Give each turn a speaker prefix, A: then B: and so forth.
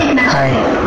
A: nine